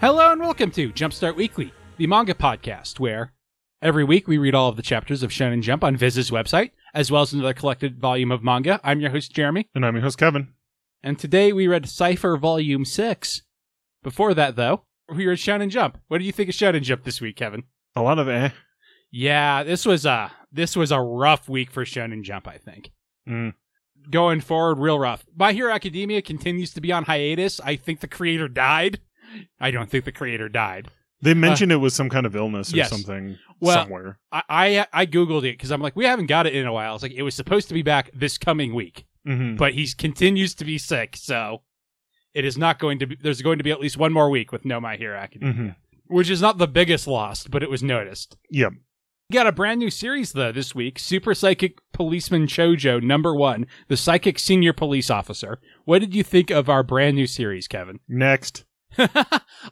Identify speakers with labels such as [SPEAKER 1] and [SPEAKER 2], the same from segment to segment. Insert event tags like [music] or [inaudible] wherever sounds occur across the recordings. [SPEAKER 1] Hello and welcome to Jumpstart Weekly, the manga podcast, where every week we read all of the chapters of Shonen Jump on Viz's website, as well as another collected volume of manga. I'm your host, Jeremy,
[SPEAKER 2] And I'm your host, Kevin.
[SPEAKER 1] and today we read Cypher Volume 6. Before that, though, we read Shonen Jump. What do you think of Shonen Jump this week, Kevin?
[SPEAKER 2] A lot of eh.
[SPEAKER 1] Yeah, this was a this was a rough week for Shonen Jump, I think.
[SPEAKER 2] Mm.
[SPEAKER 1] Going forward, real rough. My Hero Academia continues to be on hiatus. I think the creator died. I don't think the creator died.
[SPEAKER 2] They mentioned it was some kind of illness or
[SPEAKER 1] yes.
[SPEAKER 2] something
[SPEAKER 1] Well-
[SPEAKER 2] somewhere.
[SPEAKER 1] I I, I googled it because I'm like, we haven't got it in a while. It's like it was supposed to be back this coming week,
[SPEAKER 2] Mm-hmm.
[SPEAKER 1] but he continues to be sick, so it is not going to be. There's going to be at least one more week with no My Hero Academia,
[SPEAKER 2] hmm
[SPEAKER 1] which is not the biggest loss, but it was noticed.
[SPEAKER 2] Yep.
[SPEAKER 1] We got a brand new series though this week: Super Psychic Policeman Chojo Number One, the Psychic Senior Police Officer. What did you think of our brand new series, Kevin?
[SPEAKER 2] Next.
[SPEAKER 1] [laughs]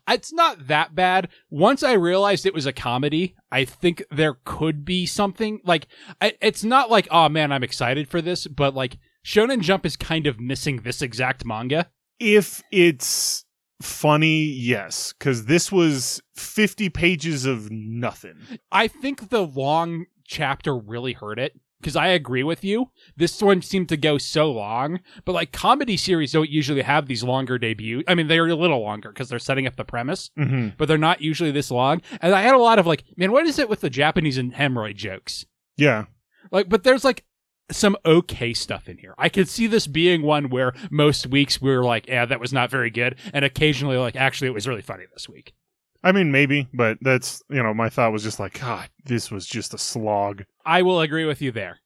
[SPEAKER 1] it's not that bad. Once I realized it was a comedy, I think there could be something like I, it's not like oh man, I'm excited for this, but like Shonen Jump is kind of missing this exact manga.
[SPEAKER 2] If it's funny, yes, because this was 50 pages of nothing.
[SPEAKER 1] I think the long chapter really hurt it because I agree with you. This one seemed to go so long, but like comedy series don't usually have these longer debuts. I mean, they're a little longer because they're setting up the premise.
[SPEAKER 2] Mm-hmm.
[SPEAKER 1] But they're not usually this long. And I had a lot of like, man, what is it with the Japanese and hemorrhoid jokes?
[SPEAKER 2] Yeah.
[SPEAKER 1] Like, but there's like some okay stuff in here. I could see this being one where most weeks we were like, yeah, that was not very good. And occasionally, like, actually, it was really funny this week.
[SPEAKER 2] I mean, maybe, but that's, you know, my thought was just like, God, this was just a slog.
[SPEAKER 1] I will agree with you there.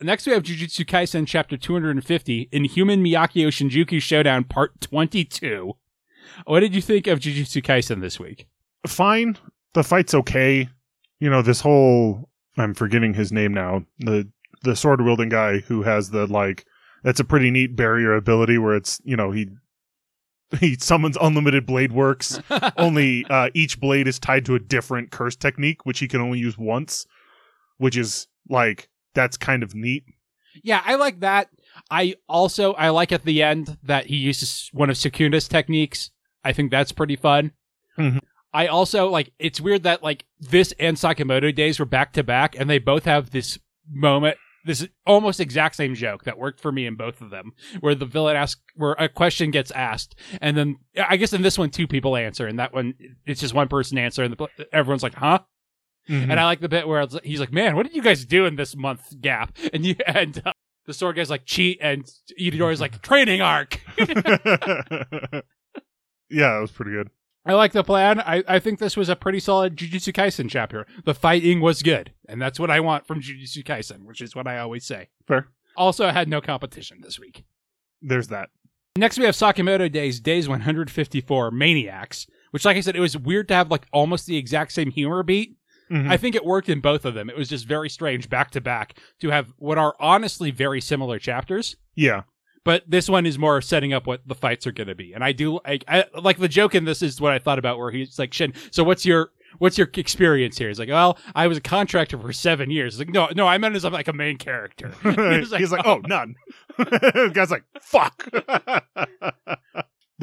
[SPEAKER 1] Next, we have Jujutsu Kaisen Chapter 250 in Human Miyakio Shinjuku Showdown Part 22. What did you think of Jujutsu Kaisen this week?
[SPEAKER 2] Fine. The fight's okay. You know, this whole, I'm forgetting his name now, the, the sword wielding guy who has the, like, that's a pretty neat barrier ability where it's, you know, he, he summons unlimited blade works
[SPEAKER 1] [laughs]
[SPEAKER 2] only uh, each blade is tied to a different curse technique, which he can only use once, which is like that's kind of neat.
[SPEAKER 1] Yeah, I like that. I also I like at the end that he uses one of Sekunda's techniques. I think that's pretty fun.
[SPEAKER 2] Mhm.
[SPEAKER 1] I also like it's weird that like this and Sakamoto days were back to back and they both have this moment this almost exact same joke that worked for me in both of them where the villain asks where a question gets asked and then I guess in this one two people answer and that one it's just one person answer and the, everyone's like huh and I like the bit where it's, he's like, "Man, what did you guys do in this month gap?" [laughs] And you and uh, the sword guy's like, "Cheat," and Itadori's [laughs] like, "Training arc."
[SPEAKER 2] [laughs] yeah, that was pretty good.
[SPEAKER 1] I like the plan. I, I think this was a pretty solid Jujutsu Kaisen chapter. The fighting was good, and that's what I want from Jujutsu Kaisen, which is what I always say.
[SPEAKER 2] Fair.
[SPEAKER 1] Also, I had no competition this week.
[SPEAKER 2] There's that.
[SPEAKER 1] Next, we have Sakamoto Days, Days 154, Maniacs, which, like I said, it was weird to have like almost the exact same humor beat. I
[SPEAKER 2] Hmm.
[SPEAKER 1] think it worked in both of them. It was just very strange back to back to have what are honestly very similar chapters,
[SPEAKER 2] yeah,
[SPEAKER 1] but this one is more setting up what the fights are going to be. And I do I, I like the joke in this is what I thought about where he's like, "Shin, so what's your what's your experience here?" He's like, "Well, I was a contractor for 7 years." He's like, "No, no, I meant as I'm like a main character." [laughs]
[SPEAKER 2] [laughs] he's like, oh, none. [laughs] the guy's like, fuck. [laughs] that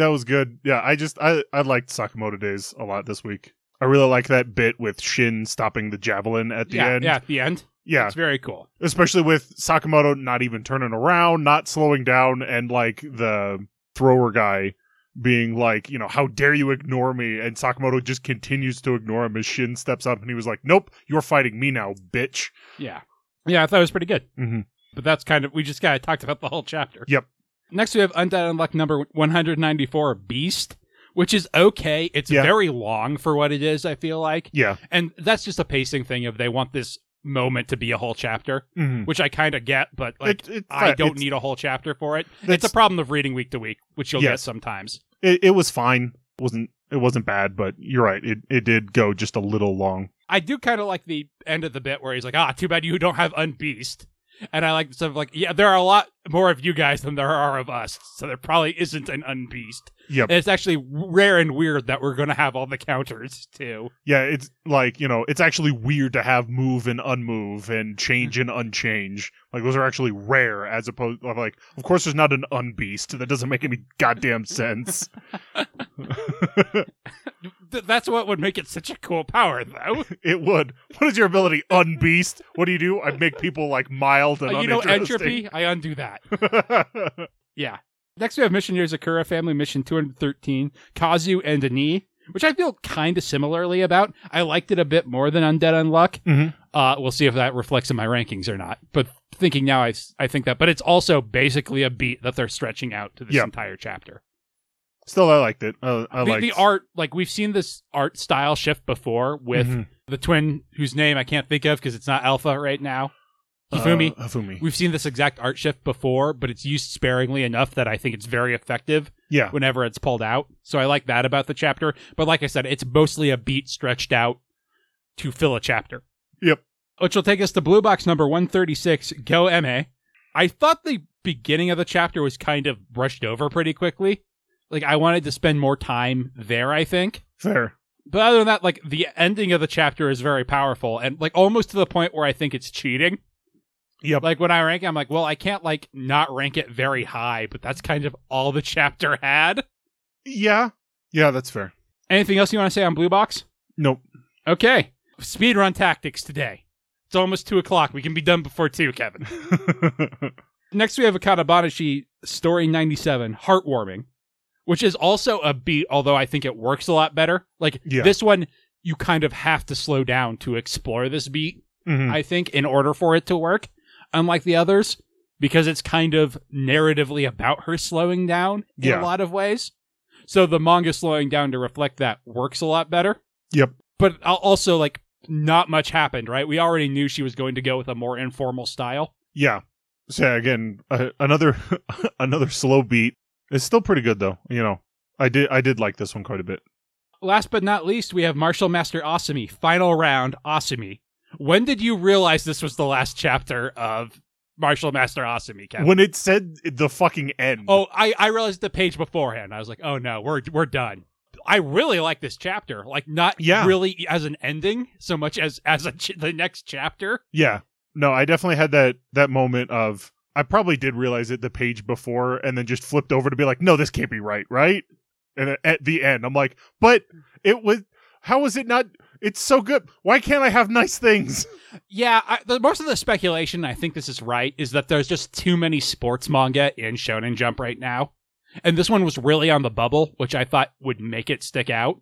[SPEAKER 2] was good. Yeah, I just I I liked Sakamoto Days a lot this week. I really like that bit with Shin stopping the javelin at the
[SPEAKER 1] yeah,
[SPEAKER 2] end.
[SPEAKER 1] yeah, at the end.
[SPEAKER 2] yeah,
[SPEAKER 1] It's very cool.
[SPEAKER 2] especially with Sakamoto not even turning around, not slowing down, and like the thrower guy being like, you know, how dare you ignore me? And Sakamoto just continues to ignore him as Shin steps up and he was like, nope, you're fighting me now, bitch.
[SPEAKER 1] Yeah. Yeah, I thought it was pretty good.
[SPEAKER 2] Mhm.
[SPEAKER 1] But that's kind of, we just kind of talked about the whole chapter.
[SPEAKER 2] Yep.
[SPEAKER 1] Next, we have Undead Unluck number 194, Beast, which is okay. It's
[SPEAKER 2] Yeah.
[SPEAKER 1] very long for what it is, I feel like.
[SPEAKER 2] Yeah.
[SPEAKER 1] And that's just a pacing thing of they want this moment to be a whole chapter,
[SPEAKER 2] Mm-hmm.
[SPEAKER 1] which I kind of get, but like.
[SPEAKER 2] it,
[SPEAKER 1] I don't
[SPEAKER 2] it's-
[SPEAKER 1] need a whole chapter for it. It's a
[SPEAKER 2] That's-
[SPEAKER 1] problem of reading week to week, which you'll get
[SPEAKER 2] Yes.
[SPEAKER 1] sometimes.
[SPEAKER 2] It, it was fine. It wasn't. It wasn't bad, but you're right. It it did go just a little long.
[SPEAKER 1] I do kind of like the end of the bit where he's like, "Ah, too bad you don't have Unbeast." And I like the stuff like, "Yeah, there are a lot more of you guys than there are of us, so there probably isn't an Unbeast."
[SPEAKER 2] Yep.
[SPEAKER 1] And it's actually rare and weird that we're gonna have all the counters too.
[SPEAKER 2] Yeah, it's like, you know, it's actually weird to have move and unmove
[SPEAKER 1] Mm-hmm.
[SPEAKER 2] and change and unchange. Like those are actually rare as opposed of like of course there's not an
[SPEAKER 1] [laughs]
[SPEAKER 2] unbeast. That doesn't make any goddamn sense.
[SPEAKER 1] Th- that's what would make it such a cool power, though.
[SPEAKER 2] It would. What is your ability, unbeast? What do you do? I make people like mild and
[SPEAKER 1] Uh, you know,
[SPEAKER 2] uninteresting.
[SPEAKER 1] entropy. I undo that.
[SPEAKER 2] entropy.
[SPEAKER 1] Yeah. Next, we have Missionaries Akura Family Mission 213, Kazu and Ani, which I feel kind of similarly about. I liked it a bit more than Undead Unluck.
[SPEAKER 2] Mhm.
[SPEAKER 1] Uh, we'll see if that reflects in my rankings or not. But thinking now, I, s- I think that. But it's also basically a beat that they're stretching out to this
[SPEAKER 2] Yeah.
[SPEAKER 1] entire chapter.
[SPEAKER 2] [laughs] Still, I liked it. Uh, I
[SPEAKER 1] the,
[SPEAKER 2] liked
[SPEAKER 1] the art, like we've seen this art style shift before with
[SPEAKER 2] Mhm.
[SPEAKER 1] the twin whose name I can't think of because it's not Alpha right now. Hifumi.
[SPEAKER 2] Uh, Hifumi.
[SPEAKER 1] We've seen this exact art shift before, but it's used sparingly enough that I think it's very effective
[SPEAKER 2] yeah.
[SPEAKER 1] whenever it's pulled out. So I like that about the chapter. But like I said, it's mostly a beat stretched out to fill a chapter.
[SPEAKER 2] Yep.
[SPEAKER 1] Which will take us to blue box number 136, Go MA. I thought the beginning of the chapter was kind of brushed over pretty quickly. Like I wanted to spend more time there, I think.
[SPEAKER 2] Fair.
[SPEAKER 1] But other than that, like the ending of the chapter is very powerful and like almost to the point where I think it's cheating.
[SPEAKER 2] Yep.
[SPEAKER 1] Like when I rank, it, I'm like, well, I can't like not rank it very high, but that's kind of all the [laughs] chapter had.
[SPEAKER 2] Yeah. Yeah, that's fair.
[SPEAKER 1] Anything else you want to say on Blue Box?
[SPEAKER 2] Nope.
[SPEAKER 1] Okay. Speedrun tactics today. It's almost two o'clock. We can be done before two,
[SPEAKER 2] [laughs]
[SPEAKER 1] Kevin.
[SPEAKER 2] Mm-hmm.
[SPEAKER 1] Next, we have a Katabanashi Story 97, Heartwarming, which is also a beat, although I think it works a lot better. Like
[SPEAKER 2] Yeah.
[SPEAKER 1] this one, you kind of have to slow down to explore this beat,
[SPEAKER 2] Mhm.
[SPEAKER 1] I think, in order for it to work, unlike the others, because it's kind of narratively about her slowing down in
[SPEAKER 2] Yeah.
[SPEAKER 1] a lot of ways. So the manga slowing down to reflect that works a lot better
[SPEAKER 2] Yep.
[SPEAKER 1] but al- also like not much happened, right? We already knew she was going to go with a more informal style.
[SPEAKER 2] Yeah. So again, uh, another [laughs] another slow beat. It's still pretty good though. You know, I did I did like this one quite a bit.
[SPEAKER 1] Last but not least, we have Martial Master Asumi, final round Asumi. When did you realize this was the last chapter of Martial Master Asumi, Kevin?
[SPEAKER 2] When it said the fucking end.
[SPEAKER 1] oh, I, I realized the page beforehand. I was like, oh no, we're we're done. I really like this chapter, like not
[SPEAKER 2] Yeah.
[SPEAKER 1] really as an ending so much as as a ch- the next chapter.
[SPEAKER 2] Yeah. No, I definitely had that that moment of I probably did realize it the page before and then just flipped over to be like, "No, this can't be right, right?" And a- at the end, I'm like, "But it was how is it not it's so good. Why can't I have nice things?" [laughs]
[SPEAKER 1] Yeah, I, the, most of the speculation, I think this is right, is that there's just too many sports manga in Shonen Jump right now. And this one was really on the bubble, which I thought would make it stick out.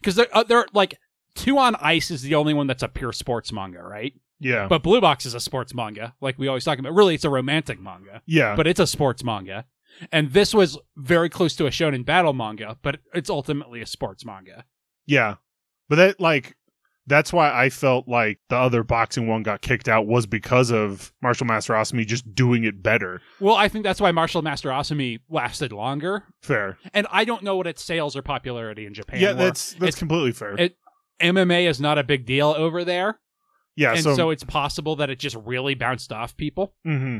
[SPEAKER 1] Because there, uh, there, like, Two on Ice is the only one that's a pure sports manga, right?
[SPEAKER 2] Yeah.
[SPEAKER 1] But Blue Box is a sports manga, like we always talk about. Really, it's a romantic manga,
[SPEAKER 2] yeah.
[SPEAKER 1] Uh, but it's a sports manga. And this was very close to a Shonen battle manga, but it's ultimately a sports manga.
[SPEAKER 2] Yeah. But that like that's why I felt like the other boxing one got kicked out was because of Martial Master Osmi just doing it better.
[SPEAKER 1] Well, I think that's why Martial Master Asumi lasted longer
[SPEAKER 2] Fair.
[SPEAKER 1] and I don't know what its sales or popularity in Japan.
[SPEAKER 2] yeah,
[SPEAKER 1] were.
[SPEAKER 2] that's that's
[SPEAKER 1] It's-
[SPEAKER 2] completely fair.
[SPEAKER 1] it- MMA is not a big deal over there,
[SPEAKER 2] yeah,
[SPEAKER 1] and
[SPEAKER 2] so,
[SPEAKER 1] so, it's possible that it just really bounced off people.
[SPEAKER 2] hmm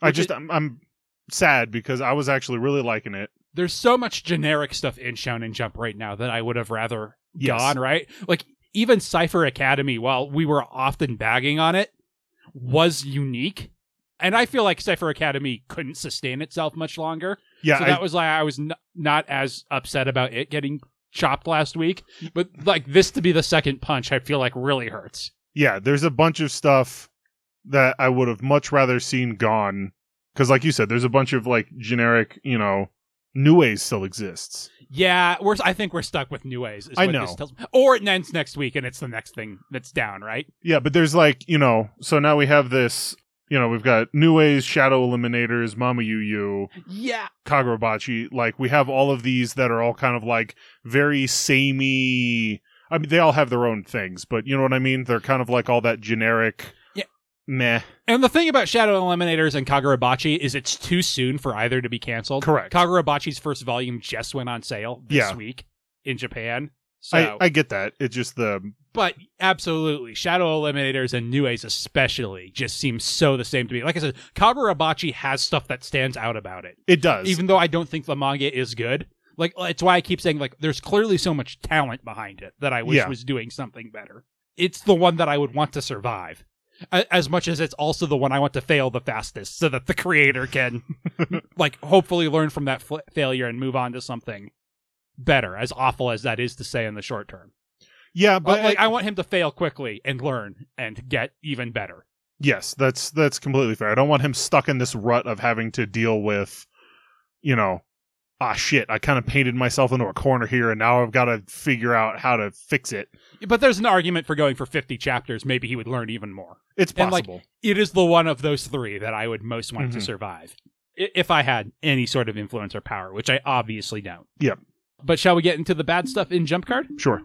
[SPEAKER 2] I
[SPEAKER 1] Which
[SPEAKER 2] just I'm, I'm sad because I was actually really liking it.
[SPEAKER 1] There's so much generic stuff in Shonen Jump right now that I would have rather
[SPEAKER 2] Yes.
[SPEAKER 1] gone right. Like even Cipher Academy, while we were often bagging on it, was unique. And I feel like Cipher Academy couldn't sustain itself much longer.
[SPEAKER 2] Yeah,
[SPEAKER 1] so
[SPEAKER 2] I-
[SPEAKER 1] that was like I was n- not as upset about it getting chopped last week, but like this to be the second punch, I feel like really hurts.
[SPEAKER 2] yeah. There's a bunch of stuff that I would have much rather seen gone because, like you said, there's a bunch of like generic, you know, new ways still exists.
[SPEAKER 1] Yeah, we're I think we're stuck with new ways. Is
[SPEAKER 2] I
[SPEAKER 1] what
[SPEAKER 2] know.
[SPEAKER 1] This tells me. Or it ends next week, and it's the next thing that's down, right?
[SPEAKER 2] Yeah, but there's like you know, so now we have this. You know, we've got new ways, shadow eliminators, Mama Yu Yu,
[SPEAKER 1] Yeah,
[SPEAKER 2] Kagurabachi. Like we have all of these that are all kind of like very samey. I mean, they all have their own things, but you know what I mean. They're kind of like all that generic.
[SPEAKER 1] Yeah.
[SPEAKER 2] Meh.
[SPEAKER 1] and the thing about Shadow Eliminators and Kagurabachi is it's too soon for either to be canceled.
[SPEAKER 2] Correct.
[SPEAKER 1] Kagurabachi's first volume just went on sale this
[SPEAKER 2] Yeah.
[SPEAKER 1] week in Japan. So,
[SPEAKER 2] I, I get that. It's just the
[SPEAKER 1] but absolutely, Shadow Eliminators and New Ways especially just seems so the same to me. Like I said, Kagurabachi has stuff that stands out about it.
[SPEAKER 2] it does.
[SPEAKER 1] even though I don't think the manga is good. Like it's why I keep saying like there's clearly so much talent behind it that I wish
[SPEAKER 2] Yeah.
[SPEAKER 1] was doing something better. It's the one that I would want to survive. A- As much as it's also the one I want to fail the fastest, so that the [laughs] creator can, like, hopefully learn from that fl- failure and move on to something better, as awful as that is to say in the short term.
[SPEAKER 2] Yeah,
[SPEAKER 1] But
[SPEAKER 2] but
[SPEAKER 1] like, I want him to fail quickly and learn and get even better.
[SPEAKER 2] Yes, that's that's completely fair. I don't want him stuck in this rut of having to deal with, you know, ah shit, I kind of painted myself into a corner here and now I've got to figure out how to fix it.
[SPEAKER 1] But there's an argument for going for 50 chapters. Maybe he would learn even more.
[SPEAKER 2] It's
[SPEAKER 1] And, like,
[SPEAKER 2] possible.
[SPEAKER 1] It is the one of those three that I would most want to
[SPEAKER 2] Mhm.
[SPEAKER 1] survive i- if I had any sort of influence or power, which I obviously don't.
[SPEAKER 2] Yep.
[SPEAKER 1] But shall we get into the bad stuff in Jump Card?
[SPEAKER 2] sure.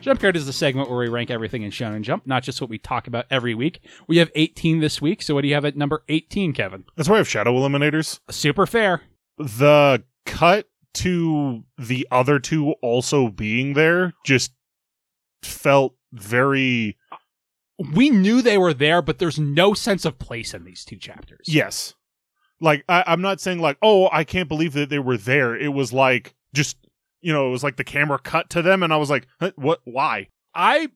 [SPEAKER 1] Jump Card is the segment where we rank everything in Shonen Jump, not just what we talk about every week. We have 18 this week, so what do you have at number 18, Kevin?
[SPEAKER 2] That's why I have shadow eliminators.
[SPEAKER 1] Super fair.
[SPEAKER 2] The cut to the other two also being there just felt very
[SPEAKER 1] We knew they were there, but there's no sense of place in these two chapters.
[SPEAKER 2] yes. Like I, I'm not saying like, oh, I can't believe that they were there. It was like just you know, it was like the camera cut to them and I was like, huh, what why?
[SPEAKER 1] I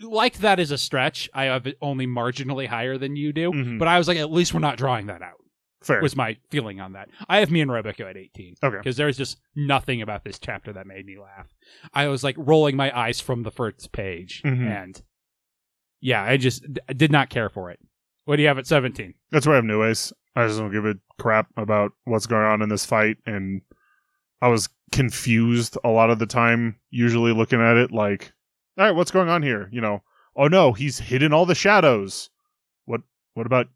[SPEAKER 1] liked that as a stretch. I have it only marginally higher than you do,
[SPEAKER 2] Mhm.
[SPEAKER 1] but I was like, at least we're not drawing that out,
[SPEAKER 2] Fair.
[SPEAKER 1] was my feeling on that. I have me and Robico at 18.
[SPEAKER 2] Okay.
[SPEAKER 1] Because there's just nothing about this chapter that made me laugh. I was like rolling my eyes from the first page.
[SPEAKER 2] Mhm.
[SPEAKER 1] And yeah, I just d- did not care for it. What do you have at 17?
[SPEAKER 2] That's where I have no ace. I just don't give a crap about what's going on in this fight, and I was confused a lot of the time. Usually looking at it like, all right, what's going on here? You know, oh no, he's hidden all the shadows. What? What about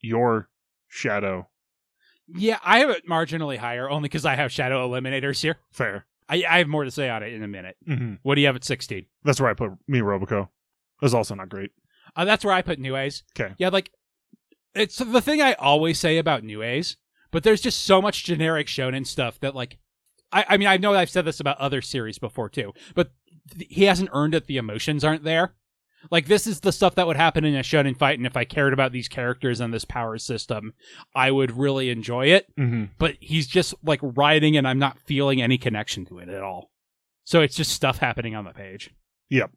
[SPEAKER 2] your shadow?
[SPEAKER 1] Yeah, I have it marginally higher only because I have shadow eliminators here.
[SPEAKER 2] Fair.
[SPEAKER 1] I, I have more to say on it in a minute.
[SPEAKER 2] Mm-hmm.
[SPEAKER 1] What do you have at 16?
[SPEAKER 2] That's where I put me Robico. That's also not great.
[SPEAKER 1] Uh, that's where I put New A's.
[SPEAKER 2] 'Kay.
[SPEAKER 1] Yeah, like it's the thing I always say about New A's, but there's just so much generic shonen stuff that like I, I mean I know I've said this about other series before too, but th- he hasn't earned it. The emotions aren't there. Like this is the stuff that would happen in a shonen fight, and if I cared about these characters and this power system, I would really enjoy it.
[SPEAKER 2] Mm-hmm.
[SPEAKER 1] But he's just like writing, and I'm not feeling any connection to it at all. So it's just stuff happening on the page.
[SPEAKER 2] Yep.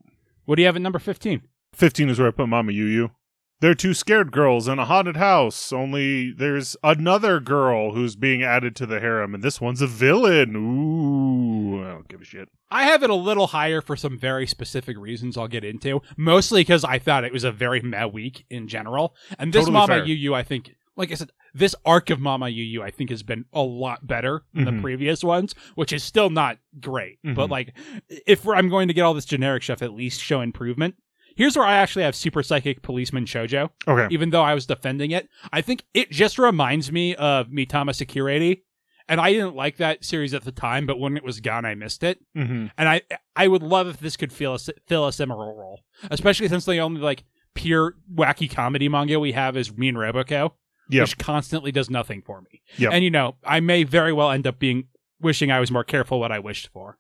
[SPEAKER 1] What do you have at number fifteen?
[SPEAKER 2] Fifteen is where I put Mama Yu Yu. They're two scared girls in a haunted house. Only there's another girl who's being added to the harem, and this one's a villain. Ooh, I don't give a shit.
[SPEAKER 1] I have it a little higher for some very specific reasons I'll get into, mostly because I thought it was a very meh week in general. And this
[SPEAKER 2] Totally
[SPEAKER 1] Mama
[SPEAKER 2] fair.
[SPEAKER 1] Yu Yu, I think, like I said, this arc of Mama Yu Yu, I think, has been a lot better than the
[SPEAKER 2] Mhm.
[SPEAKER 1] previous ones, which is still not great. But
[SPEAKER 2] Mhm.
[SPEAKER 1] like, if we're, I'm going to get all this generic stuff, at least show improvement. Here's where I actually have Super Psychic Policeman Shoujo,
[SPEAKER 2] Okay,
[SPEAKER 1] even though I was defending it. I think it just reminds me of Mitama Security. And I didn't like that series at the time, but when it was gone, I missed it
[SPEAKER 2] mm-hmm.
[SPEAKER 1] and I I would love if this could fill a s- fill a similar role, especially since the only like pure wacky comedy manga we have is Mean Robico,
[SPEAKER 2] Yep.
[SPEAKER 1] which constantly does nothing for me.
[SPEAKER 2] Yep.
[SPEAKER 1] And you know, I may very well end up being wishing I was more careful what I wished for.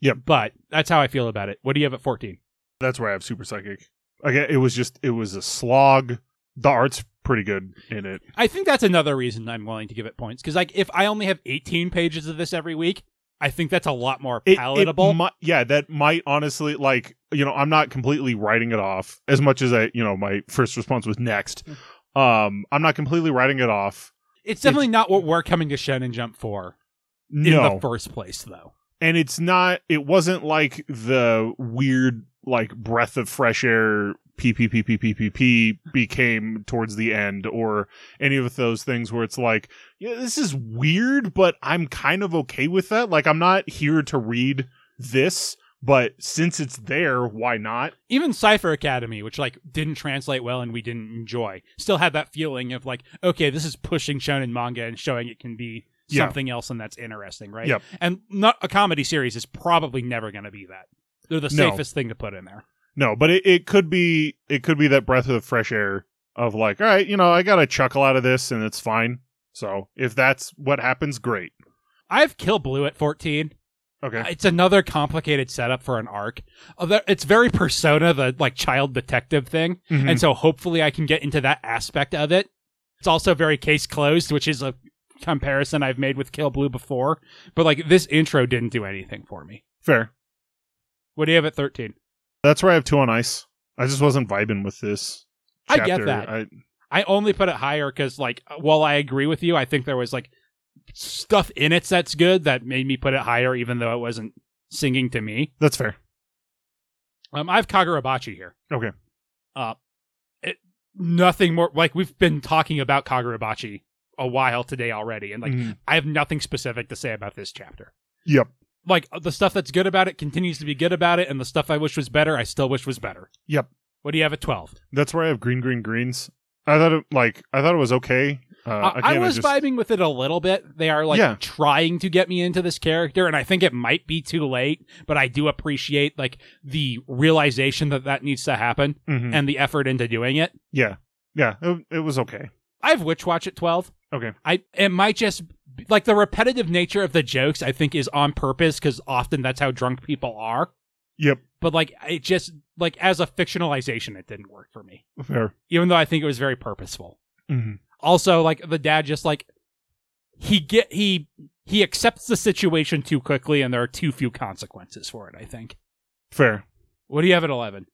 [SPEAKER 2] Yep.
[SPEAKER 1] But that's how I feel about it. What do you have at fourteen?
[SPEAKER 2] that's where I have super psychic. Okay, it was just it was a slog. The art's pretty good in it.
[SPEAKER 1] I think that's another reason I'm willing to give it points because like if I only have eighteen pages of this every week, I think that's a lot more
[SPEAKER 2] It- it
[SPEAKER 1] palatable.
[SPEAKER 2] mi- yeah, that might honestly like you know I'm not completely writing it off as much as I you know my first response was next.
[SPEAKER 1] Mm.
[SPEAKER 2] Um, I'm not completely writing it off.
[SPEAKER 1] it's definitely not what we're coming to Shonen Jump for in
[SPEAKER 2] No,
[SPEAKER 1] the first place, though.
[SPEAKER 2] and it's not it wasn't like the weird like breath of fresh air PPPPPPP became towards the end or any of those things where it's like yeah this is weird but I'm kind of okay with that like I'm not here to read this but since it's there why not
[SPEAKER 1] even Cypher Academy, which like didn't translate well and we didn't enjoy, still had that feeling of like, okay, this is pushing shonen manga and showing it can be
[SPEAKER 2] Yeah.
[SPEAKER 1] something else and that's interesting, right?
[SPEAKER 2] Yep.
[SPEAKER 1] And not a comedy series is probably never going to be that. They're the
[SPEAKER 2] No.
[SPEAKER 1] safest thing to put in there.
[SPEAKER 2] no but it, it could be it could be that breath of fresh air of like, all right, you know, I got a chuckle out of this and it's fine. So if that's what happens, great.
[SPEAKER 1] I've Kill Blue at 14.
[SPEAKER 2] Okay.
[SPEAKER 1] It's another complicated setup for an arc. Although It's very persona, the like child detective thing.
[SPEAKER 2] Mhm.
[SPEAKER 1] And so hopefully I can get into that aspect of it. It's also very case closed, which is a comparison I've made with Kill Blue before. But like this intro didn't do anything for me.
[SPEAKER 2] Fair.
[SPEAKER 1] What do you have at 13?
[SPEAKER 2] That's where I have two on ice. I just wasn't vibing with this.
[SPEAKER 1] I get
[SPEAKER 2] Chapter. uh,
[SPEAKER 1] that.
[SPEAKER 2] I,
[SPEAKER 1] I only put it higher because, like, while I agree with you, I think there was like stuff in it that's good that made me put it higher, even though it wasn't singing to me.
[SPEAKER 2] that's fair.
[SPEAKER 1] Um, I have Kagurabachi here.
[SPEAKER 2] Okay.
[SPEAKER 1] Uh, it, nothing more. Like we've been talking about Kagurabachi a while today already, and like
[SPEAKER 2] Mhm.
[SPEAKER 1] I have nothing specific to say about this chapter.
[SPEAKER 2] Yep.
[SPEAKER 1] Like uh, the stuff that's good about it continues to be good about it, and the stuff I wish was better, I still wish was better.
[SPEAKER 2] Yep.
[SPEAKER 1] What do you have at twelve?
[SPEAKER 2] That's where I have green, green, greens. I thought it like I thought it was okay. Uh,
[SPEAKER 1] I-
[SPEAKER 2] again,
[SPEAKER 1] I was
[SPEAKER 2] just,
[SPEAKER 1] vibing with it a little bit. They are like
[SPEAKER 2] Yeah.
[SPEAKER 1] trying to get me into this character, and I think it might be too late. But I do appreciate like the realization that that needs to happen
[SPEAKER 2] Mhm.
[SPEAKER 1] and the effort into doing it.
[SPEAKER 2] yeah, yeah. It, it was okay.
[SPEAKER 1] I have Witch Watch at twelve.
[SPEAKER 2] Okay.
[SPEAKER 1] I it might just be- like the repetitive nature of the jokes. I think is on purpose because often that's how drunk people are.
[SPEAKER 2] Yep.
[SPEAKER 1] But like it just like as a fictionalization, it didn't work for me.
[SPEAKER 2] Fair.
[SPEAKER 1] Even though I think it was very purposeful.
[SPEAKER 2] hmm
[SPEAKER 1] also like the dad just like he get he he accepts the situation too quickly and there are too few consequences for it i think
[SPEAKER 2] Fair.
[SPEAKER 1] what do you have at
[SPEAKER 2] [laughs]
[SPEAKER 1] 11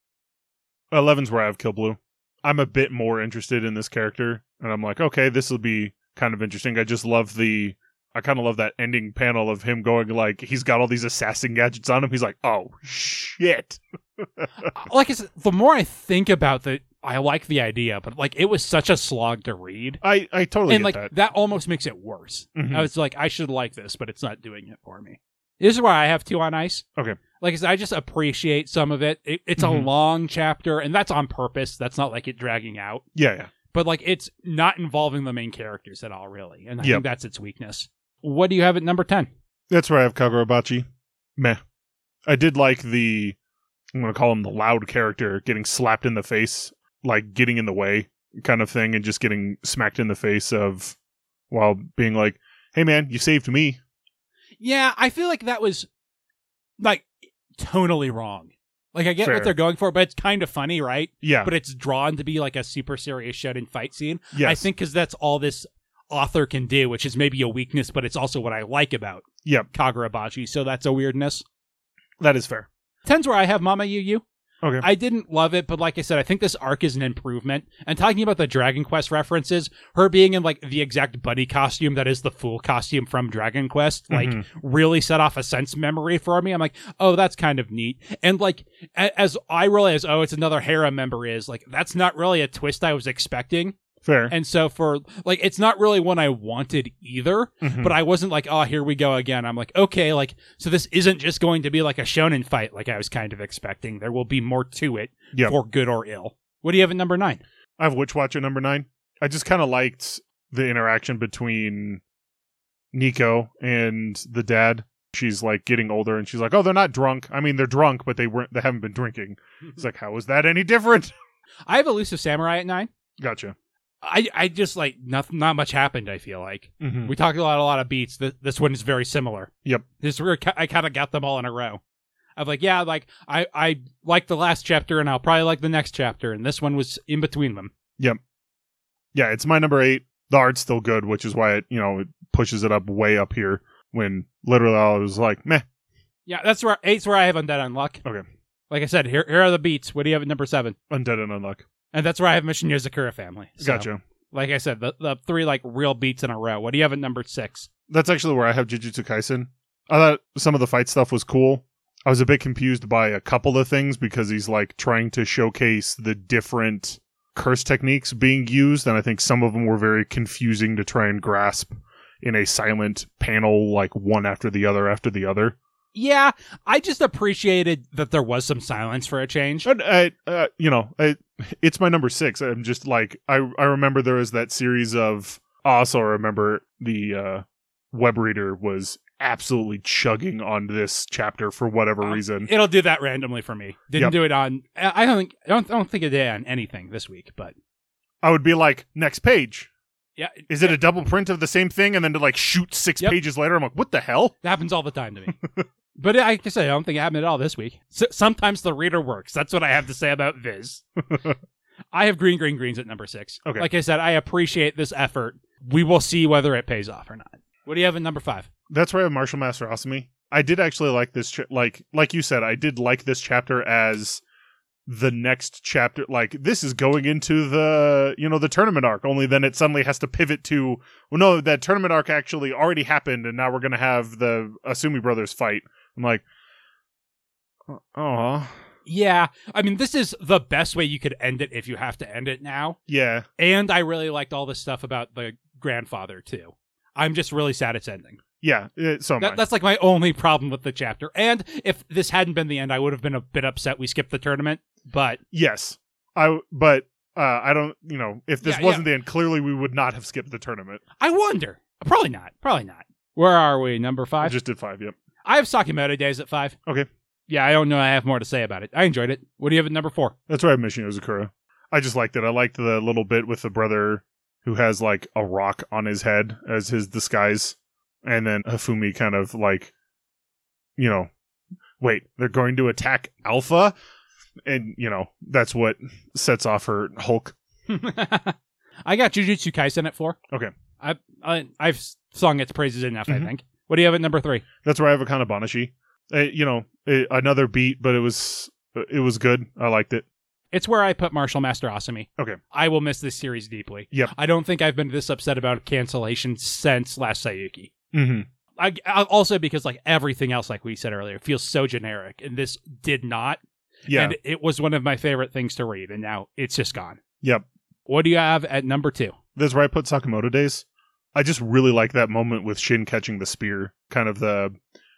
[SPEAKER 2] Eleven's where I have Kill Blue. I'm a bit more interested in this character, and I'm like, okay, this will be kind of interesting. I just love the, I kind of love that ending panel of him going like he's got all these assassin gadgets on him. He's like, oh shit.
[SPEAKER 1] like I said, the more i think about the i like the idea but like it was such a slog to read
[SPEAKER 2] I I totally
[SPEAKER 1] and
[SPEAKER 2] get
[SPEAKER 1] like
[SPEAKER 2] that.
[SPEAKER 1] that. almost makes it worse
[SPEAKER 2] Mhm.
[SPEAKER 1] i was like i should like this but it's not doing it for me this is why i have two on ice
[SPEAKER 2] Okay.
[SPEAKER 1] like I, said, I just appreciate some of it, it it's
[SPEAKER 2] Mhm.
[SPEAKER 1] a long chapter and that's on purpose that's not like it dragging out
[SPEAKER 2] yeah, yeah.
[SPEAKER 1] but like it's not involving the main characters at all, really, and I
[SPEAKER 2] Yep.
[SPEAKER 1] think that's its weakness. What do you have at number ten?
[SPEAKER 2] That's where I have Kagurabachi. Meh. I did like the I'm gonna call him the loud character getting slapped in the face, like getting in the way kind of thing, and just getting smacked in the face of while being like, Hey man, you saved me.
[SPEAKER 1] Yeah, I feel like that was like tonally wrong. Like I get
[SPEAKER 2] Fair.
[SPEAKER 1] what they're going for, but it's kind of funny, right?
[SPEAKER 2] Yeah.
[SPEAKER 1] But it's drawn to be like a super serious shouting fight scene.
[SPEAKER 2] yes.
[SPEAKER 1] I think because that's all this author can do, which is maybe a weakness, but it's also what I like about
[SPEAKER 2] Yep.
[SPEAKER 1] Kagurabachi. So that's a weirdness.
[SPEAKER 2] that is fair.
[SPEAKER 1] Ten's where I have Mama Yu Yu.
[SPEAKER 2] Okay.
[SPEAKER 1] I didn't love it, but like I said, I think this arc is an improvement. And talking about the Dragon Quest references, her being in like the exact bunny costume that is the fool costume from Dragon Quest, like
[SPEAKER 2] Mhm.
[SPEAKER 1] really set off a sense memory for me. I'm like, oh, that's kind of neat. And like a- as I realize, oh, it's another harem member is like that's not really a twist I was expecting.
[SPEAKER 2] fair.
[SPEAKER 1] And so for like it's not really one I wanted either
[SPEAKER 2] Mhm.
[SPEAKER 1] but I wasn't like, oh, here we go again. I'm like, okay, like, so this isn't just going to be like a shonen fight like I was kind of expecting. There will be more to it
[SPEAKER 2] Yep.
[SPEAKER 1] for good or ill. What do you have at number nine?
[SPEAKER 2] I have Witch Watcher number nine. I just kinda liked the interaction between Nico and the dad. She's like getting older and she's like, Oh, they're not drunk. I mean they're drunk, but they weren't they haven't been drinking.
[SPEAKER 1] Mm-hmm.
[SPEAKER 2] It's like, how is that any different? [laughs]
[SPEAKER 1] I have Elusive Samurai at nine.
[SPEAKER 2] Gotcha.
[SPEAKER 1] I, I just like nothing, not much happened. I feel like
[SPEAKER 2] Mm-hmm.
[SPEAKER 1] we talked about a lot of beats. Th- this one is very similar.
[SPEAKER 2] Yep.
[SPEAKER 1] This where ki- I kind of got them all in a row. I'm like, yeah, like I I like the last chapter, and I'll probably like the next chapter, and this one was in between them.
[SPEAKER 2] Yeah, it's my number eight. The art's still good, which is why it, you know, it pushes it up way up here when literally I was like, meh.
[SPEAKER 1] Yeah, that's where eight's where I have Undead Unluck.
[SPEAKER 2] Okay.
[SPEAKER 1] Like I said, here here are the beats. What do you have at number seven?
[SPEAKER 2] Undead and Unluck.
[SPEAKER 1] And that's where I have Mission Yuzakura family. So,
[SPEAKER 2] Gotcha.
[SPEAKER 1] Like I said, the, the three like real beats in a row. What do you have at number six?
[SPEAKER 2] That's actually where I have Jujutsu Kaisen. I thought some of the fight stuff was cool. I was a bit confused by a couple of things because he's like trying to showcase the different curse techniques being used, and I think some of them were very confusing to try and grasp in a silent panel, like one after the other after the other.
[SPEAKER 1] Yeah, I just appreciated that there was some silence for a change.
[SPEAKER 2] And I, uh, you know, I, it's my number six. I'm just like I. I remember there was that series of. I also remember the uh, web reader was absolutely chugging on this chapter for whatever
[SPEAKER 1] Um,
[SPEAKER 2] reason.
[SPEAKER 1] It'll do that randomly for me. Didn't
[SPEAKER 2] Mm. Yep.
[SPEAKER 1] do it on. I I don't think. I don't, I don't think it did on anything this week. But
[SPEAKER 2] I would be like, next page.
[SPEAKER 1] Yeah,
[SPEAKER 2] Is it a double print of the same thing? And then to like shoot six
[SPEAKER 1] Yep.
[SPEAKER 2] pages later, I'm like, what the hell?
[SPEAKER 1] It happens all the time to me.
[SPEAKER 2] [laughs]
[SPEAKER 1] but like I said, I don't think it happened at all this week. S- sometimes the reader works. That's what I have to say about Viz. I have green, green, greens at number six.
[SPEAKER 2] Okay.
[SPEAKER 1] Like I said, I appreciate this effort. We will see whether it pays off or not. What do you have at number five?
[SPEAKER 2] That's where I have Martial Masterosamy. I did actually like this, ch- like like you said, I did like this chapter as the next chapter. Like this is going into the you know the tournament arc. Only then it suddenly has to pivot to well, no, that tournament arc actually already happened, and now we're gonna have the Asumi brothers fight. I'm like, oh
[SPEAKER 1] Yeah. I mean, this is the best way you could end it if you have to end it now.
[SPEAKER 2] yeah,
[SPEAKER 1] And I really liked all this stuff about the grandfather, too. I'm just really sad it's ending.
[SPEAKER 2] yeah. eh, so am I.
[SPEAKER 1] That, that's like Oh, my only problem with the chapter. And if this hadn't been the end, I would have been a bit upset we skipped the tournament. But
[SPEAKER 2] Yes, I. But uh, I don't. You know, if this
[SPEAKER 1] Yeah, yeah.
[SPEAKER 2] wasn't the end, clearly we would not have skipped the tournament.
[SPEAKER 1] I wonder. Probably not. Probably not. Where are we? Number
[SPEAKER 2] I
[SPEAKER 1] five.
[SPEAKER 2] just did five. Yep.
[SPEAKER 1] I have Sakimoto Days at five.
[SPEAKER 2] Okay.
[SPEAKER 1] Yeah, I don't know. I have more to say about it. I enjoyed it. What do you have at number
[SPEAKER 2] [laughs]
[SPEAKER 1] four?
[SPEAKER 2] That's why I have Mishino Zakura. I just liked it. I liked the little bit with the brother who has like a rock on his head as his disguise, and then Hafumi kind of like, you know, wait, they're going to attack Alpha, and you know that's what sets off her Hulk.
[SPEAKER 1] I got Jujutsu Kaisen at four.
[SPEAKER 2] Okay.
[SPEAKER 1] I, I I've sung its praises enough.
[SPEAKER 2] Mhm.
[SPEAKER 1] I think. What do you have at number three?
[SPEAKER 2] That's where I have a kind of Banashi. Eh, you know, eh, another beat, but it was it was good. I liked it.
[SPEAKER 1] It's where I put Martial Master Asami.
[SPEAKER 2] Okay.
[SPEAKER 1] I will miss this series deeply.
[SPEAKER 2] Yep.
[SPEAKER 1] I don't think I've been this upset about a cancellation since last Sayuki.
[SPEAKER 2] Mm-hmm.
[SPEAKER 1] I, I- also because like everything else, like we said earlier, feels so generic, and this did not.
[SPEAKER 2] Yeah.
[SPEAKER 1] And it was one of my favorite things to read, and now it's just gone.
[SPEAKER 2] Yep.
[SPEAKER 1] What do you have at number two?
[SPEAKER 2] That's where I put Sakamoto Days. I just really like that moment with Shin catching the spear. Kind of the,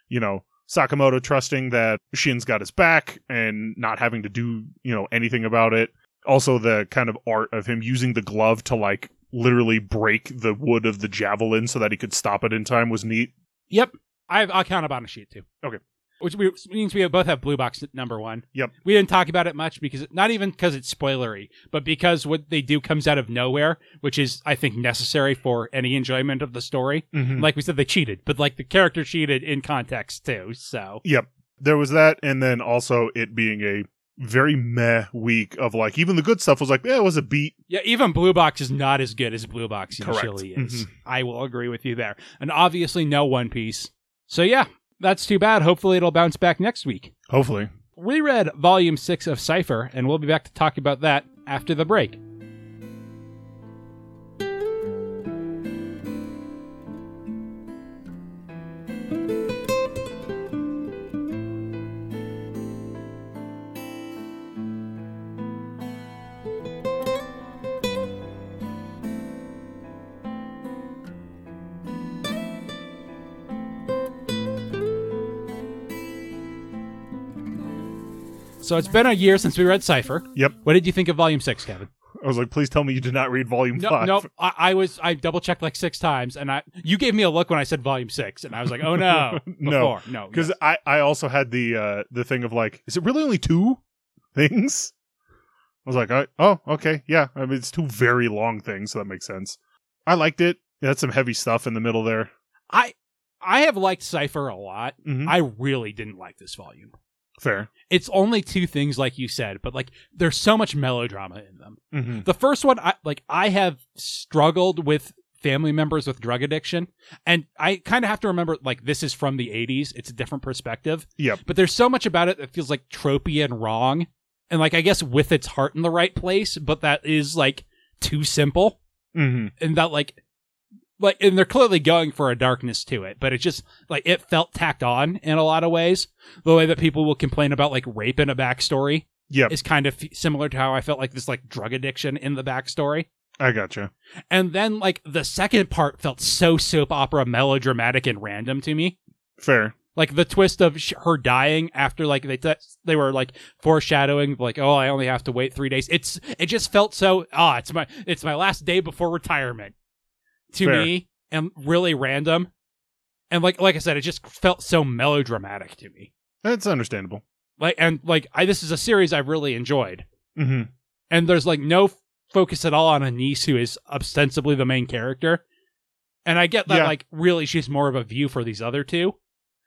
[SPEAKER 2] you know, Sakamoto trusting that Shin's got his back and not having to do, you know, anything about it. Also, the kind of art of him using the glove to, like, literally break the wood of the javelin so that he could stop it in time was neat.
[SPEAKER 1] Yep. I have Akanabana sheet too.
[SPEAKER 2] Okay.
[SPEAKER 1] Which we, means we both have blue box at number one.
[SPEAKER 2] Yep.
[SPEAKER 1] We didn't talk about it much because not even because it's spoilery, but because what they do comes out of nowhere, which is I think necessary for any enjoyment of the story.
[SPEAKER 2] Mm-hmm.
[SPEAKER 1] Like we said, they cheated, but like the character cheated in context too. So
[SPEAKER 2] there was that, and then also it being a very meh week of, like, even the good stuff was like, yeah, it was a beat.
[SPEAKER 1] Yeah, even Blue Box is not as good as Blue Box
[SPEAKER 2] Correct. Mm-hmm.
[SPEAKER 1] usually is. I will agree with you there. And obviously, no One Piece. So, yeah, that's too bad. Hopefully, it'll bounce back next week.
[SPEAKER 2] Hopefully.
[SPEAKER 1] We read Volume 6 of Cypher, and we'll be back to talk about that after the break. So, it's been a year since we read Cypher.
[SPEAKER 2] Yep.
[SPEAKER 1] What did you think of Volume 6, Kevin?
[SPEAKER 2] I was like, please tell me you did not read volume
[SPEAKER 1] No,
[SPEAKER 2] five.
[SPEAKER 1] no, I, I was I double checked like six times, and I you gave me a look when I said Volume Six, and I was like, oh
[SPEAKER 2] [laughs]
[SPEAKER 1] no, [laughs]
[SPEAKER 2] No.
[SPEAKER 1] before. no,
[SPEAKER 2] because I I also had the uh the thing of like, is it really only two [laughs] things? I was like, I, oh okay, yeah. I mean, it's two very long things, so that makes sense. I liked it. It had some heavy stuff in the middle there.
[SPEAKER 1] I I have liked Cypher a lot.
[SPEAKER 2] Mhm.
[SPEAKER 1] I really didn't like this volume.
[SPEAKER 2] Fair.
[SPEAKER 1] It's only two things, like you said, but like there's so much melodrama in them.
[SPEAKER 2] Mm-hmm.
[SPEAKER 1] The first one, I like, I have struggled with family members with drug addiction, and I kind of have to remember like this is from the 80s. It's a different perspective.
[SPEAKER 2] Yep.
[SPEAKER 1] But there's so much about it that feels like tropey and wrong, and like I guess with its heart in the right place, but that is like too simple
[SPEAKER 2] Mm-hmm.
[SPEAKER 1] and that like like and they're clearly going for a darkness to it but it just like it felt tacked on in a lot of ways the way that people will complain about like rape in a backstory
[SPEAKER 2] Yep.
[SPEAKER 1] is kind of f- similar to how i felt like this like drug addiction in the backstory
[SPEAKER 2] I gotcha.
[SPEAKER 1] and then like the second part felt so soap opera melodramatic and random to me
[SPEAKER 2] Fair.
[SPEAKER 1] like the twist of sh- her dying after like they t- they were like foreshadowing like oh i only have to wait three days it's it just felt so ah it's my it's my last day before retirement to
[SPEAKER 2] Fair.
[SPEAKER 1] me and really random and like like i said it just felt so melodramatic to me
[SPEAKER 2] That's understandable.
[SPEAKER 1] like and like i this is a series i've really enjoyed
[SPEAKER 2] Mm-hmm.
[SPEAKER 1] and there's like no focus at all on Anise, who is ostensibly the main character. And I get that,
[SPEAKER 2] Yeah.
[SPEAKER 1] like, really, she's more of a view for these other two.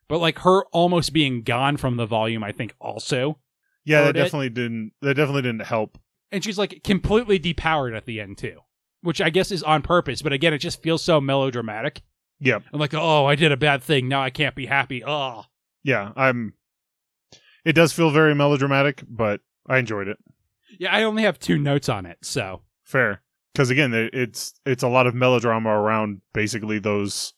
[SPEAKER 1] But, like, her almost being gone from the volume, I think, also.
[SPEAKER 2] Yeah, that
[SPEAKER 1] Heard it.
[SPEAKER 2] definitely didn't. That definitely didn't help.
[SPEAKER 1] And she's, like, completely depowered at the end, too, which I guess is on purpose. But again, it just feels so melodramatic.
[SPEAKER 2] Yep.
[SPEAKER 1] And, like, oh, I did a bad thing. Now I can't be happy. Oh.
[SPEAKER 2] Yeah, I'm. It does feel very melodramatic, but I enjoyed it.
[SPEAKER 1] Yeah, I only have two notes on it. So,
[SPEAKER 2] Fair, because again, it- it's it's a lot of melodrama around basically those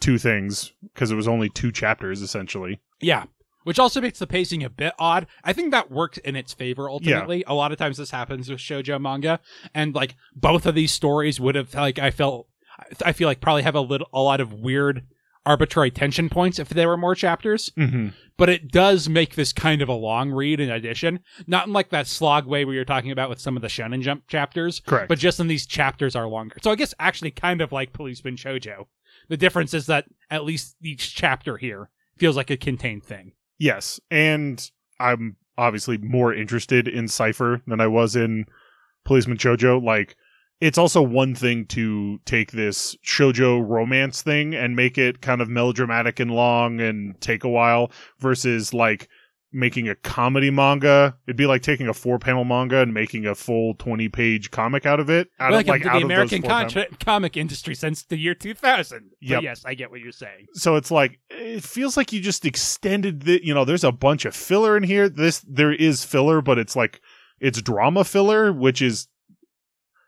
[SPEAKER 2] two things because it was only two chapters essentially.
[SPEAKER 1] yeah. Which also makes the pacing a bit odd. I think that works in its favor ultimately. A lot of times this happens with shoujo manga, and like both of these stories would have like I felt, I feel like probably have a little a lot of weird arbitrary tension points if there were more chapters.
[SPEAKER 2] Mm-hmm.
[SPEAKER 1] But it does make this kind of a long read in addition, not in like that slog way we were talking about with some of the Shonen Jump chapters,
[SPEAKER 2] Correct.
[SPEAKER 1] but just in these chapters are longer. So I guess actually kind of like Policeman Shoujo. The difference is that at least each chapter here feels like a contained thing.
[SPEAKER 2] yes, and I'm obviously more interested in Cipher than I was in Policeman Chojo. Like, it's also one thing to take this shojo romance thing and make it kind of melodramatic and long and take a while versus like making a comedy manga. It'd be like taking a four panel manga and making a full 20 page comic out of it. Out
[SPEAKER 1] Welcome
[SPEAKER 2] of, like,
[SPEAKER 1] to
[SPEAKER 2] out
[SPEAKER 1] the
[SPEAKER 2] of
[SPEAKER 1] American
[SPEAKER 2] those four panel-
[SPEAKER 1] contra- comic industry since the year 2000. But
[SPEAKER 2] Yep.
[SPEAKER 1] yes, I get what you're saying.
[SPEAKER 2] so it's like it feels like you just extended the you know there's a bunch of filler in here this there is filler but it's like it's drama filler which is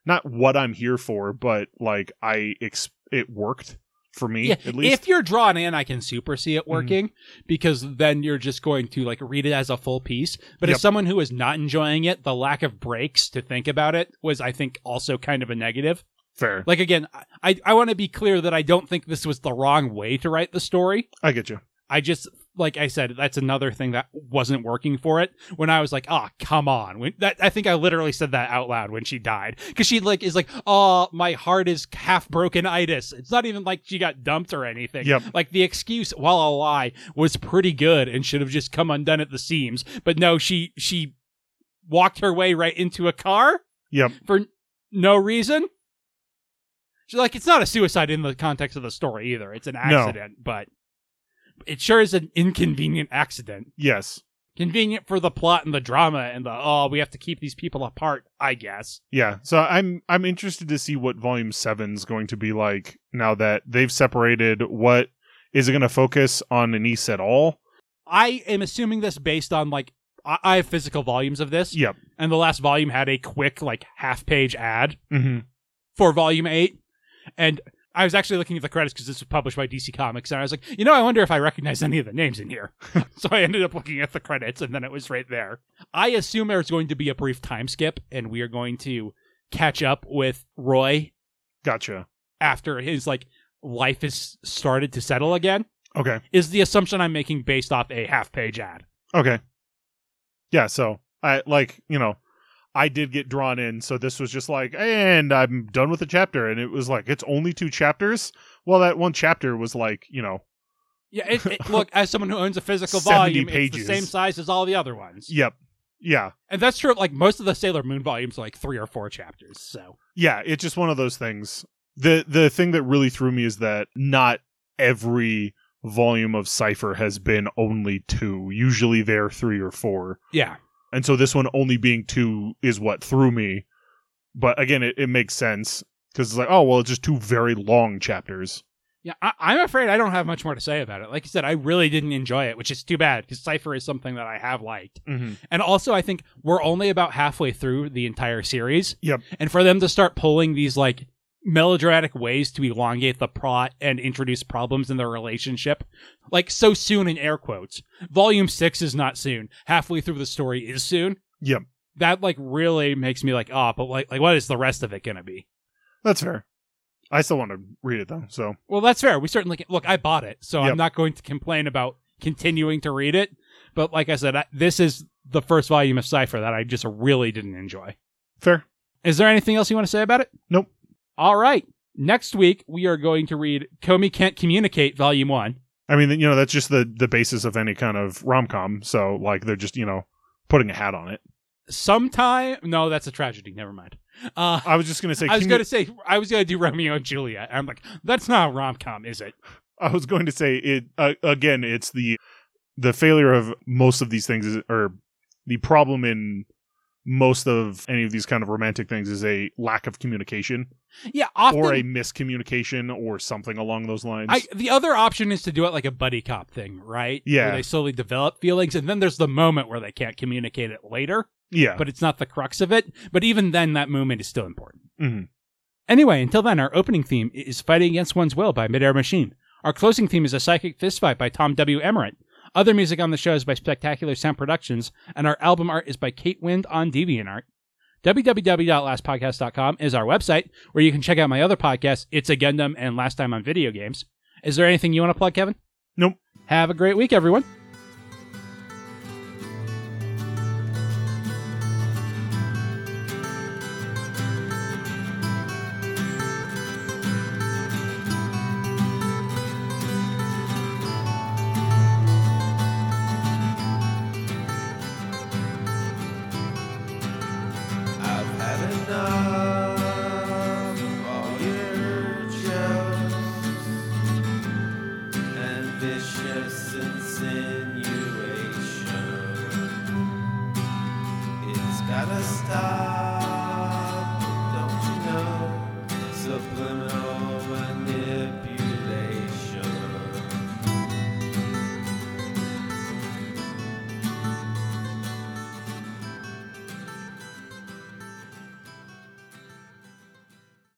[SPEAKER 2] not what i'm here for but like i ex- it worked for me
[SPEAKER 1] Yeah,
[SPEAKER 2] at least Mm-hmm.
[SPEAKER 1] if you're drawn in, I can super see it working because then you're just going to like read it as a full piece. But
[SPEAKER 2] Yep.
[SPEAKER 1] as someone who is not enjoying it, the lack of breaks to think about it was, I think, also kind of a negative.
[SPEAKER 2] fair
[SPEAKER 1] Like again, I I want to be clear that I don't think this was the wrong way to write the story.
[SPEAKER 2] i get you
[SPEAKER 1] I just like I said, that's another thing that wasn't working for it. When I was like, "Ah, come on!" When that, I think I literally said that out loud when she died because she like is like, "Oh, my heart is half broken." Itis. It's not even like she got dumped or anything.
[SPEAKER 2] Yep.
[SPEAKER 1] Like the excuse, while a lie, was pretty good and should have just come undone at the seams. But no, she she walked her way right into a car
[SPEAKER 2] yep
[SPEAKER 1] for no reason. She's like, it's not a suicide in the context of the story either. It's an accident, but it sure is an inconvenient accident.
[SPEAKER 2] yes
[SPEAKER 1] Convenient for the plot and the drama and the oh, we have to keep these people apart, I guess.
[SPEAKER 2] yeah so i'm i'm interested to see what volume seven's going to be like now that they've separated what is it going to focus on anise at all
[SPEAKER 1] I am assuming this based on like I, I have physical volumes of this.
[SPEAKER 2] Yep.
[SPEAKER 1] And the last volume had a quick like half page ad
[SPEAKER 2] mm-hmm.
[SPEAKER 1] for volume eight. And I was actually looking at the credits because this was published by DC Comics, and I was like, you know, I wonder if I recognize any of the names in here. [laughs] so I ended up looking at the credits, and then it was right there. I assume there's going to be a brief time skip, and we are going to catch up with Roy
[SPEAKER 2] gotcha
[SPEAKER 1] after his like life is started to settle again.
[SPEAKER 2] okay
[SPEAKER 1] Is the assumption I'm making based off a half page ad?
[SPEAKER 2] Okay. Yeah, so I like, you know, I did get drawn in, so this was just like, and I'm done with the chapter and it was like it's only two chapters. Well, that one chapter was like, you know,
[SPEAKER 1] Yeah. It, it- look, as someone who owns a physical
[SPEAKER 2] 70
[SPEAKER 1] volume, it's
[SPEAKER 2] pages.
[SPEAKER 1] the same size as all the other ones,
[SPEAKER 2] yep. Yeah.
[SPEAKER 1] and that's true. of, Like most of the Sailor Moon volumes are like three or four chapters, so.
[SPEAKER 2] Yeah, it's just one of those things. The the thing that really threw me is that not every volume of Cypher has been only two. Usually they're three or four.
[SPEAKER 1] Yeah.
[SPEAKER 2] And so this one only being two is what threw me. But again, it, it makes sense because it's like, oh, well, it's just two very long chapters.
[SPEAKER 1] Yeah, I, I'm afraid I don't have much more to say about it. Like I said, I really didn't enjoy it, which is too bad because Cypher is something that I have liked.
[SPEAKER 2] Mm-hmm.
[SPEAKER 1] And also, I think we're only about halfway through the entire series.
[SPEAKER 2] Yep.
[SPEAKER 1] And for them to start pulling these like melodramatic ways to elongate the plot and introduce problems in their relationship, like so soon in air quotes. Volume six is not soon. Halfway through the story is soon.
[SPEAKER 2] Yep.
[SPEAKER 1] That like really makes me like, ah, but like, like what is the rest of it gonna be?
[SPEAKER 2] That's fair. I still want to read it though. So
[SPEAKER 1] Well, that's fair. We certainly can. look. I bought it, so
[SPEAKER 2] Yep.
[SPEAKER 1] I'm not going to complain about continuing to read it. But like I said, I, this is the first volume of Cipher that I just really didn't enjoy.
[SPEAKER 2] fair.
[SPEAKER 1] Is there anything else you want to say about it?
[SPEAKER 2] Nope.
[SPEAKER 1] All right. Next week we are going to read Comey Can't Communicate, Volume One.
[SPEAKER 2] I mean, you know, that's just the the basis of any kind of rom com. So like, they're just you know putting a hat on it.
[SPEAKER 1] sometime. No, that's a tragedy. Never mind. Uh,
[SPEAKER 2] I was just gonna say.
[SPEAKER 1] I was
[SPEAKER 2] can
[SPEAKER 1] going
[SPEAKER 2] you-
[SPEAKER 1] to say I was going to do Romeo and Juliet. I'm like, that's not a rom com, is it?
[SPEAKER 2] I was going to say it uh, again. It's the the failure of most of these things, is, or the problem in most of any of these kind of romantic things, is a lack of communication
[SPEAKER 1] Yeah, often
[SPEAKER 2] or a miscommunication or something along those lines.
[SPEAKER 1] I, the other option is to do it like a buddy cop thing, right?
[SPEAKER 2] Yeah.
[SPEAKER 1] Where they slowly develop feelings, and then there's the moment where they can't communicate it later,
[SPEAKER 2] yeah,
[SPEAKER 1] but it's not the crux of it. But even then, that moment is still important.
[SPEAKER 2] Mhm.
[SPEAKER 1] Anyway, until then, our opening theme is Fighting Against One's Will by Midair Machine. Our closing theme is A Psychic Fistfight by Tom W. Emmerich. Other music on the show is by Spectacular Sound Productions, and our album art is by Kate Wind on DeviantArt. www.lastpodcast.com is our website where you can check out my other podcasts, It's a Gundam and Last Time on Video Games. Is there anything you want to plug, Kevin?
[SPEAKER 2] Nope.
[SPEAKER 1] Have a great week, everyone.
[SPEAKER 3] I've had enough of all your jokes and vicious insinuation. It's gotta stop, don't you know? Subliminal manipulation.